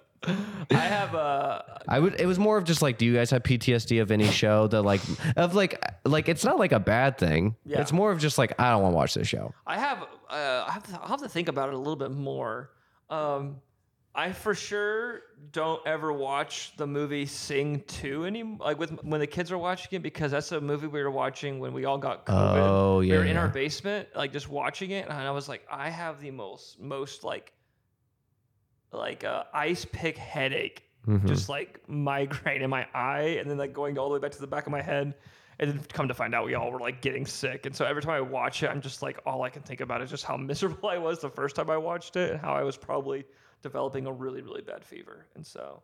I have uh,
I would. It was more of just like, do you guys have PTSD of any show that like of like like it's not like a bad thing.
Yeah.
It's more of just like I don't want to watch this show.
I have, uh, I have to, I'll have to think about it a little bit more. Um, I for sure don't ever watch the movie Sing Two anymore. Like with when the kids are watching it, because that's a movie we were watching when we all got COVID.
Oh
we
yeah.
were in our basement, like just watching it, and I was like, I have the most, most like, like uh, ice pick headache
Mhm.
just like migraine in my eye and then like going all the way back to the back of my head and then come to find out we all were like getting sick and so every time i watch it i'm just like all i can think about is just how miserable i was the first time i watched it and how i was probably developing a really really bad fever and so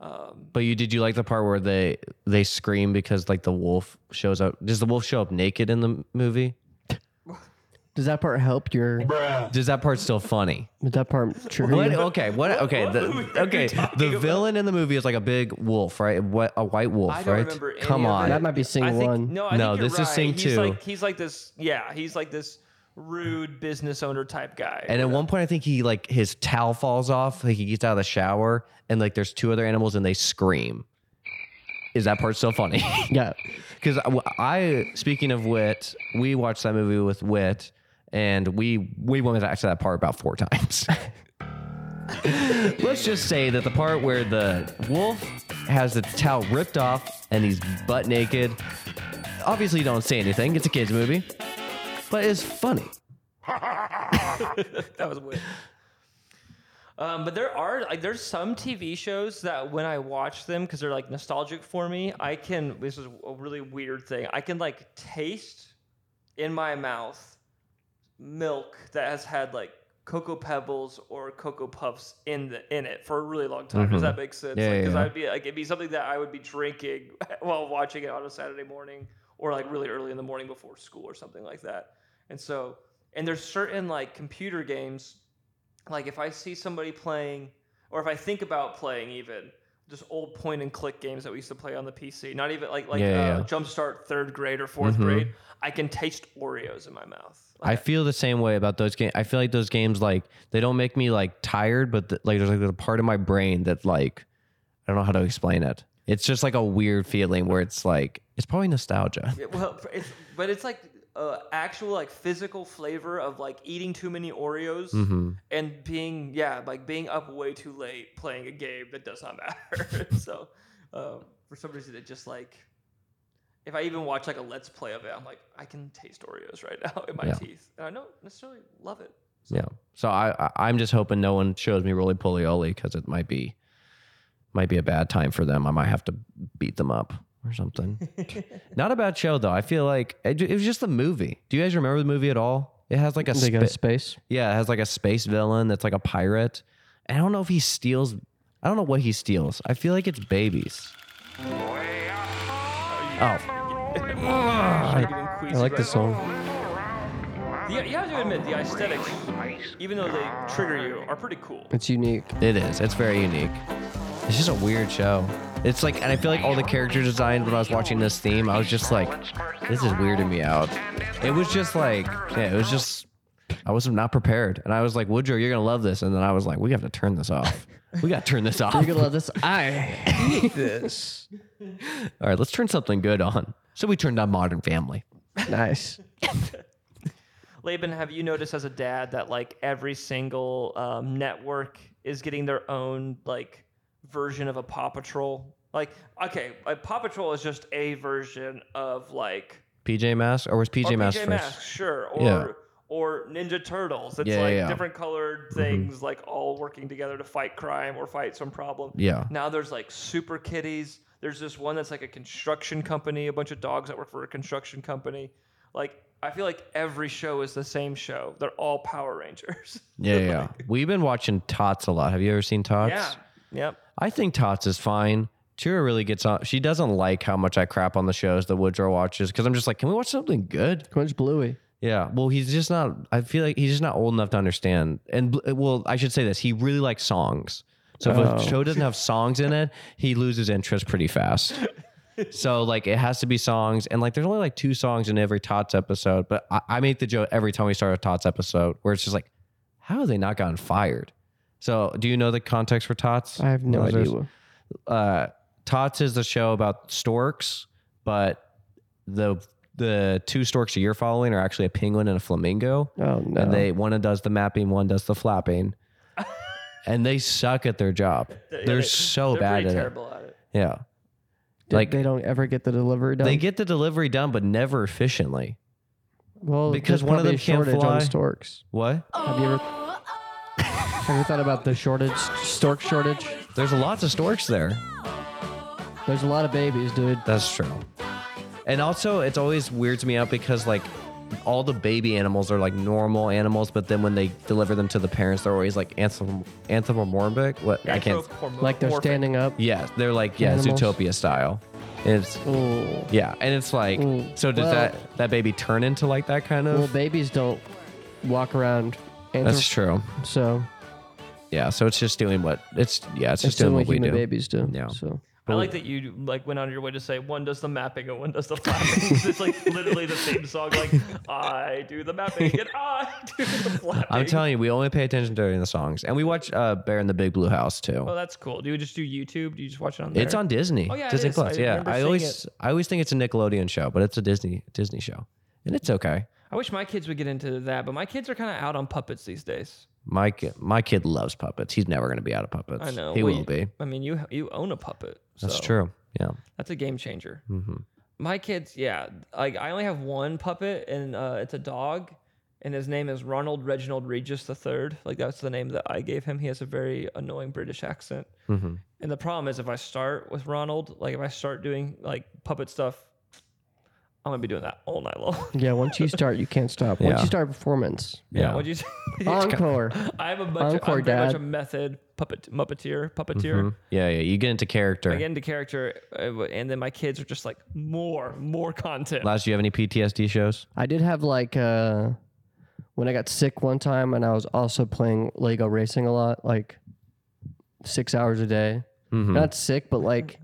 um
But you did you like the part where they they scream because like the wolf shows up? Does the wolf show up naked in the movie?
Does that part help your?
Does that part still funny?
Does that part trigger
What?
you?
Okay. What? Okay.
what movie are
The,
you
okay.
talking
The
about?
villain in the movie is like a big wolf, right? What? A white wolf,
I don't
right?
remember any
Come
of
on.
it.
That might be sing
I think,
one.
no, I
No,
think you're
this is
right.
Sing
he's
Two.
like he's like this yeah he's like this rude business owner type guy
And at one point, I think he like his towel falls off. Like he gets out of the shower, and like there's two other animals, and they scream. Is that part so funny?
Yeah.
Because I, I- speaking of wit, we watched that movie with wit, and we we went back to that part about four times. Let's just say that the part where the wolf has the towel ripped off and he's butt naked. Obviously, you don't say anything. It's a kids' movie, but it's funny.
that was weird. Um, but there are like there's some TV shows that when I watch them because they're like nostalgic for me, I can. This is a really weird thing. I can like taste in my mouth milk that has had like cocoa pebbles or cocoa puffs in the in it for a really long time. Does
Mhm.
that make sense?
Yeah,
like,
yeah, yeah.
I'd be like it'd be something that I would be drinking while watching it on a Saturday morning or like really early in the morning before school or something like that. And so and there's certain like computer games like if I see somebody playing or if I think about playing even just old point and click games that we used to play on the PC, not even like like
Yeah, yeah,
uh,
yeah.
Jumpstart third grade or 4th
Mhm.
grade, I can taste Oreos in my mouth.
I
Like,
feel the same way about those games. I feel like those games like they don't make me like tired, but th- like there's like a part of my brain that like I don't know how to explain it. It's just like a weird feeling where it's like it's probably nostalgia.
Yeah, well, it's but it's like uh, actual like physical flavor of like eating too many Oreos
hmm
and being yeah like being up way too late playing a game that does not matter. so um, for some reason it just like if I even watch like a let's play of it, I'm like I can taste Oreos right now in my
Yeah.
teeth, and I don't necessarily love it. So,
Yeah. So I, I I'm just hoping no one shows me roly poly oly because it might be might be a bad time for them. I might have to beat them up or something. Not a bad show though. I feel like it, it was just the movie. Do you guys remember the movie at all? It has like a
They go to
spi-
space.
Yeah, it has like a space villain that's like a pirate. And I don't know if he steals. I don't know what he steals. I feel like it's babies.
Are you
Oh,
Should've given Queasy
Ah, I like
right-
this song.
The- you have to admit the aesthetics, even though they trigger you, are pretty cool.
It's unique.
it is. It's very unique. It's just a weird show. It's like, and I feel like all the character designs when I was watching this theme, I was just like, this is weirding me out. It was just like, yeah, it was just, I was not prepared. And I was like, Woodrow, you're going to love this. And then I was like, we have to turn this off. We got to turn this off.
You're gonna love this. I hate this.
all right, let's turn something good on. So we turned on Modern Family.
Nice.
Laban, have you noticed as a dad that like every single um, network is getting their own like version of a Paw Patrol? Like, okay, a Paw Patrol is just a version of like
PJ Masks? Or was PJ,
or
Masks
PJ
first?
Oh, Masks, sure, or
Yeah.
or Ninja Turtles. It's
Yeah, yeah,
like
yeah. Mm-hmm.
different colored things, like all working together to fight crime or fight some problem.
Yeah.
Now there's like super kitties. There's this one that's like a construction company, a bunch of dogs that work for a construction company. Like I feel like every show is the same show. They're all Power Rangers.
Yeah, yeah, yeah. We've been watching Tots a lot. Have you ever seen Tots?
yeah. Yep.
I think Tots is fine. Tira really gets on. She doesn't like how much I crap on the shows that Woodrow watches because I'm just like, can we watch something good?
Crunch Bluey.
Yeah. Well, he's just not. I feel like he's just not old enough to understand. And bl- well, I should say this. He really likes songs. So if
Oh.
a show doesn't have songs in it, he loses interest pretty fast. So like it has to be songs, and like there's only like two songs in every Tots episode. But I, I make the joke every time we start a Tots episode where it's just like, how have they not gotten fired? So do you know the context for Tots?
I have no
Losers?
idea.
uh, Tots is the show about storks, but the the two storks that you're following are actually a penguin and a flamingo,
Oh no.
and they one does the mapping, one does the flapping, and they suck at their job. They're, so
They're
bad
pretty
at
terrible at it.
it. Yeah,
They-
like-
they don't ever get the delivery done.
they get the delivery done, but never efficiently.
well
because
there's
one of them
probably a
can't
shortage
fly.
on storks.
What?
Oh.
Have you ever have you thought about the shortage stork shortage?
There's lots of storks there.
There's a lot of babies, dude.
That's true. And also, it's always weirds me out because like all the baby animals are like normal animals, but then when they deliver them to the parents, they're always like anthrop- anthropomorphic. What I can't.
Anthropomorphic.
Like they're standing up.
Yeah, they're like yeah,
Animals.
Zootopia style. And It's
Oh.
yeah, and it's like
Mm.
so. Does
Well-
that that baby turn into like that kind of?
Well, babies don't walk around. Anthrop-
That's true.
So
Yeah, so it's just doing what it's yeah, it's just
it's
doing
doing what
what we
human
do.
babies do.
Yeah.
So
I like that you like went out of your way to say one does the mapping and one does the flapping. it's like literally the same song. Like I do the mapping and I do the flapping.
I'm telling you, we only pay attention during the songs, and we watch uh, Bear in the Big Blue House too.
Oh, that's cool. Do you just do YouTube? Do you just watch it on there?
It's on Disney.
Oh, yeah, it
Disney
is.
Plus.
I
yeah,
remember
I
seeing
always I always think it's a Nickelodeon show, but it's a Disney Disney show, and it's okay.
I wish my kids would get into that, but my kids are kind of out on puppets these days.
My ki- my kid loves puppets. He's never going to be out of puppets.
I know.
he
Well,
will
you-
be.
I mean, you you own a puppet. So
That's true. Yeah.
That's a game changer.
hmm
My kids, yeah. Like I only have one puppet, and uh, it's a dog, and his name is Ronald Reginald Regis the Third. Like that's the name that I gave him. He has a very annoying British accent.
hmm
And the problem is, if I start with Ronald, like if I start doing like puppet stuff, I'm gonna be doing that all night long.
yeah, once you start, you can't stop. Once
Yeah.
you start performance,
Yeah. Oh,
What'd you say?
encore.
I'm a bunch of,
Encore,
I'm very much
Dad.
a method puppet muppeteer puppeteer.
Mhm. Yeah. Yeah. You get into character.
I get into character, uh, and then my kids are just like more, more content.
Last, you have any PTSD shows?
I did have like uh when I got sick one time, and I was also playing Lego racing a lot, like six hours a day.
Mhm.
Not sick, but like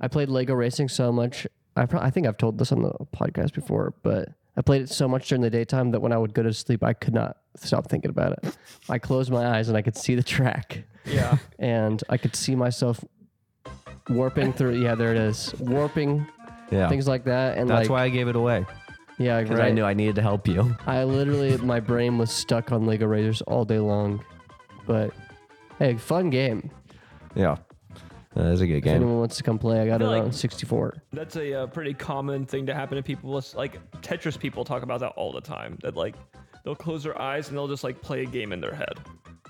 I played Lego racing so much. I pro- I think I've told this on the podcast before, but I played it so much during the daytime that when I would go to sleep, I could not stop thinking about it. I closed my eyes and I could see the track.
Yeah.
and I could see myself warping through. Yeah, there it is. Warping
Yeah.
things like that, and
That's
like,
why I gave it away
yeah,
because
right.
I knew I needed to help you.
I literally, my brain was stuck on Lego Raiders all day long. But hey, fun game.
Yeah. That is a good
If
game.
anyone wants to come play, I got it
feel like-
on 64.
That's a, uh pretty common thing to happen to people. It's like Tetris people talk about that all the time. That like they'll close their eyes and they'll just like play a game in their head.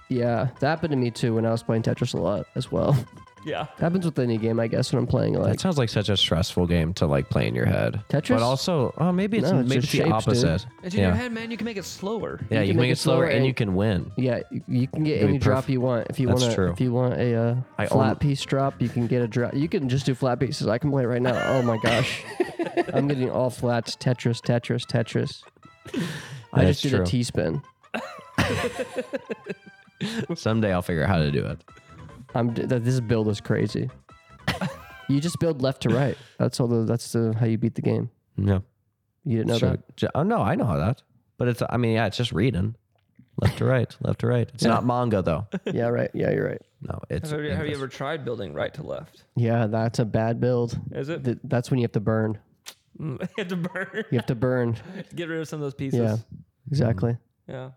Yeah, that happened to me too when I was playing Tetris a lot as well.
Yeah.
Happens with any game, I guess, when I'm playing like
that sounds like such a stressful game to like play in your head.
Tetris?
But also, oh, maybe it's,
No, it's
maybe
just
it's the
shapes, dude.
opposite.
It's in your
Yeah.
head, man. You can make it slower.
Yeah, you can make it slower and you can win.
Yeah, y- you can get
It'd be
any drop
perf-
you want. If you
That's
want,
true.
if you want a uh,
I
flat
almo-
piece drop, you can get a drop. You can just do flat pieces. I can play it right now. Oh my gosh, I'm getting all flats. Tetris, Tetris, Tetris. I
That's
just did
true.
a T spin.
Someday I'll figure out how to do it.
I'm d- th- this build is crazy. you just build left to right. That's all. The, that's the, how you beat the game.
No.
You didn't know
Sure.
that.
J- Oh, no, I know how that. But it's, I mean, yeah, it's just reading left to right, left to right. It's not manga, though.
Yeah, right. Yeah, you're right.
No, it's.
Have you, have you
English.
ever tried building right to left?
Yeah, that's a bad build.
Is it?
Th- that's when you have to burn.
Mm, you have to burn.
You have to burn.
Get rid of some of those pieces.
yeah,
Mm-hmm.
exactly.
Yeah.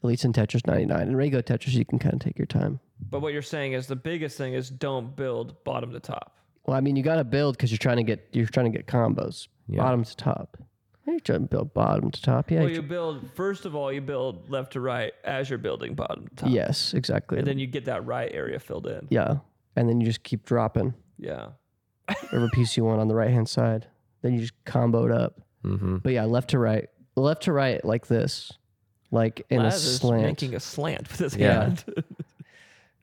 At least in Tetris 99 and Rego Tetris, you can kind of take your time.
But what you're saying is the biggest thing is don't build bottom to top.
Well, I mean, you got to build because you're trying to get you're trying to get combos,
Yeah.
bottom to top. You're trying to build bottom to top. Yeah.
Well,
you
you
tr-
build first of all, you build left to right as you're building bottom to top.
yes, exactly.
And then you get that right area filled in.
yeah, and then you just keep dropping
Yeah.
whatever piece you want on the right hand side. Then you just combo it up.
Mhm.
But yeah, left to right, left to right like this, like in
Laz
a
is
slant.
making a slant with his
Yeah.
hand.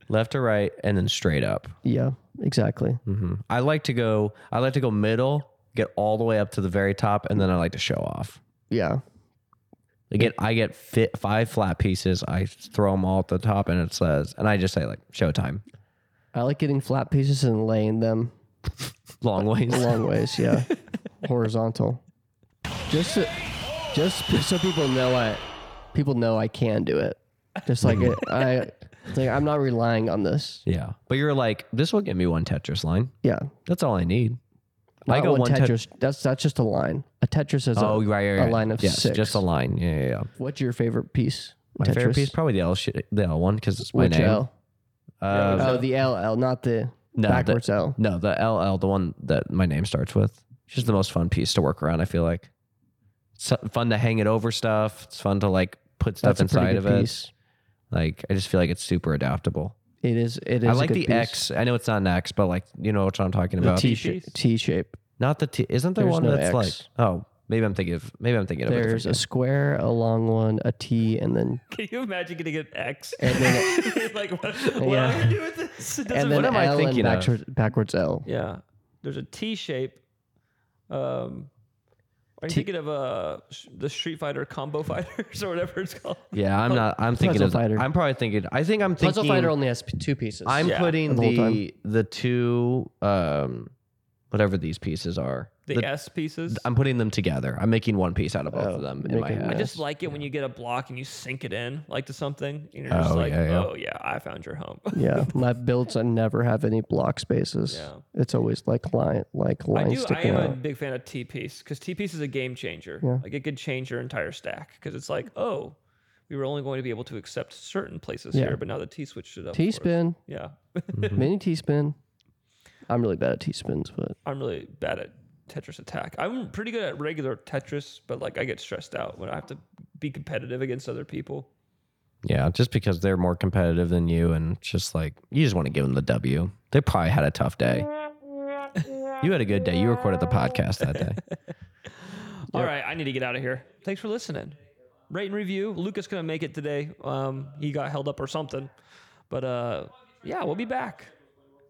Left to right and then straight up.
yeah, exactly.
hmm I like to go. I like to go middle, get all the way up to the very top, and then I like to show off.
Yeah,
I get I get fit, five flat pieces. I throw them all at the top, and it says, and I just say like showtime.
I like getting flat pieces and laying them
Long ways.
long ways. Yeah, horizontal. Just, so, just p- so people know, I people know I can do it. Just like it, I, it's like I'm not relying on this.
Yeah, but you're like, this will give me one Tetris line.
Yeah,
That's all I need.
not
I go
one
one Tetris.
Tetris. that's that's just a line. A Tetris is
oh,
a,
right, right,
a
right.
line of
yes,
six.
just a line. Yeah, yeah. yeah.
What's your favorite piece? in
My favorite piece probably the L sh- the L one because it's my
Which
name.
L?
Uh,
Oh, the L L, not the
no, the,
backwards L.
no, the LL, the one that my name starts with. It's just the most fun piece to work around. I feel like it's fun to hang it over stuff. It's fun to like put stuff
That's a pretty
inside
good
of it.
piece.
Like I just feel like it's super adaptable.
It is. It is.
I
a
like
good
the
piece.
X. I know it's not an X, but like you know what I'm talking
The
about.
T shape.
piece?
T shape.
Not the T. Isn't there
There's
one
no
that's like?
X.
Oh, maybe I'm thinking of. Maybe I'm thinking of. a
There's a
different
square, a long one, a T, and then
Can you imagine getting an X?
And
like, what, what
Yeah.
do I do with this? It doesn't
and then
what
work.
am
L
I
and
thinking of?
backwards, backwards L.
yeah. There's a T shape. Um, are you
T-
thinking of uh, sh- the Street Fighter combo fighters or whatever it's called?
game. Yeah, I'm not. I'm thinking
Puzzle
of.
Fighter.
I'm probably thinking. I think I'm thinking.
Puzzle Fighter only has p- two pieces.
I'm
Yeah.
putting
The whole
the the two um whatever these pieces are.
The,
The-
S pieces.
I'm putting them together. I'm making one piece out of both
Oh,
of them
you're
in my
making
head.
I
that.
just
Yes.
like it when you get a block and you sink it in like to something. And you're just
Oh,
like,
yeah, yeah.
oh yeah, I found your home.
yeah, my builds I never have any block spaces.
Yeah.
It's always like line, like
I
lines
do. I
sticking
am a
out.
big fan of T piece because T piece is a game changer.
Yeah.
Like it could change your entire stack because it's like, oh, we were only going to be able to accept certain places
Yeah.
here, but now the T switched it up.
T
for us.
spin,
Yeah,
mini T spin. I'm really bad at T spins, but
I'm really bad at Tetris Attack. I'm pretty good at regular Tetris, but like I get stressed out when I have to be competitive against other people.
yeah, just because they're more competitive than you, and just like you just want to give them the W. They probably had a tough day. You had a good day. You recorded the podcast that day.
All right, I need to get out of here. Thanks for listening. Rate and review. Lucas couldn't make it today. Um, he got held up or something. But uh, yeah, we'll be back.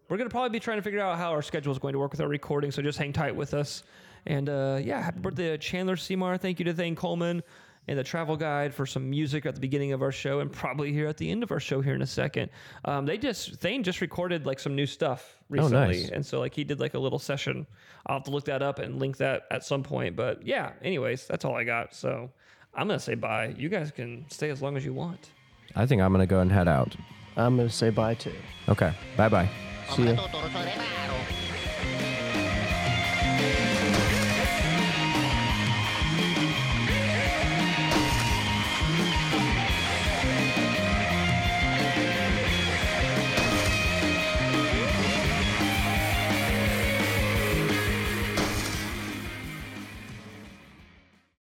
We're gonna probably be trying to figure out how our schedule is going to work with our recording. So just hang tight with us. And uh, yeah, happy birthday to Chandler Seymour. Thank you to Thane Coleman and the Travel Guide for some music at the beginning of our show and probably here at the end of our show here in a second. Um, they just Thane just recorded like some new stuff recently,
nice.
and so like he did like a little session. I'll have to look that up and link that at some point. But yeah, anyways, that's all I got. So I'm gonna say bye. You guys can stay as long as you want.
I think I'm gonna go and head out.
I'm gonna say bye too.
Okay, bye bye.
See ya.
Objeto torturado.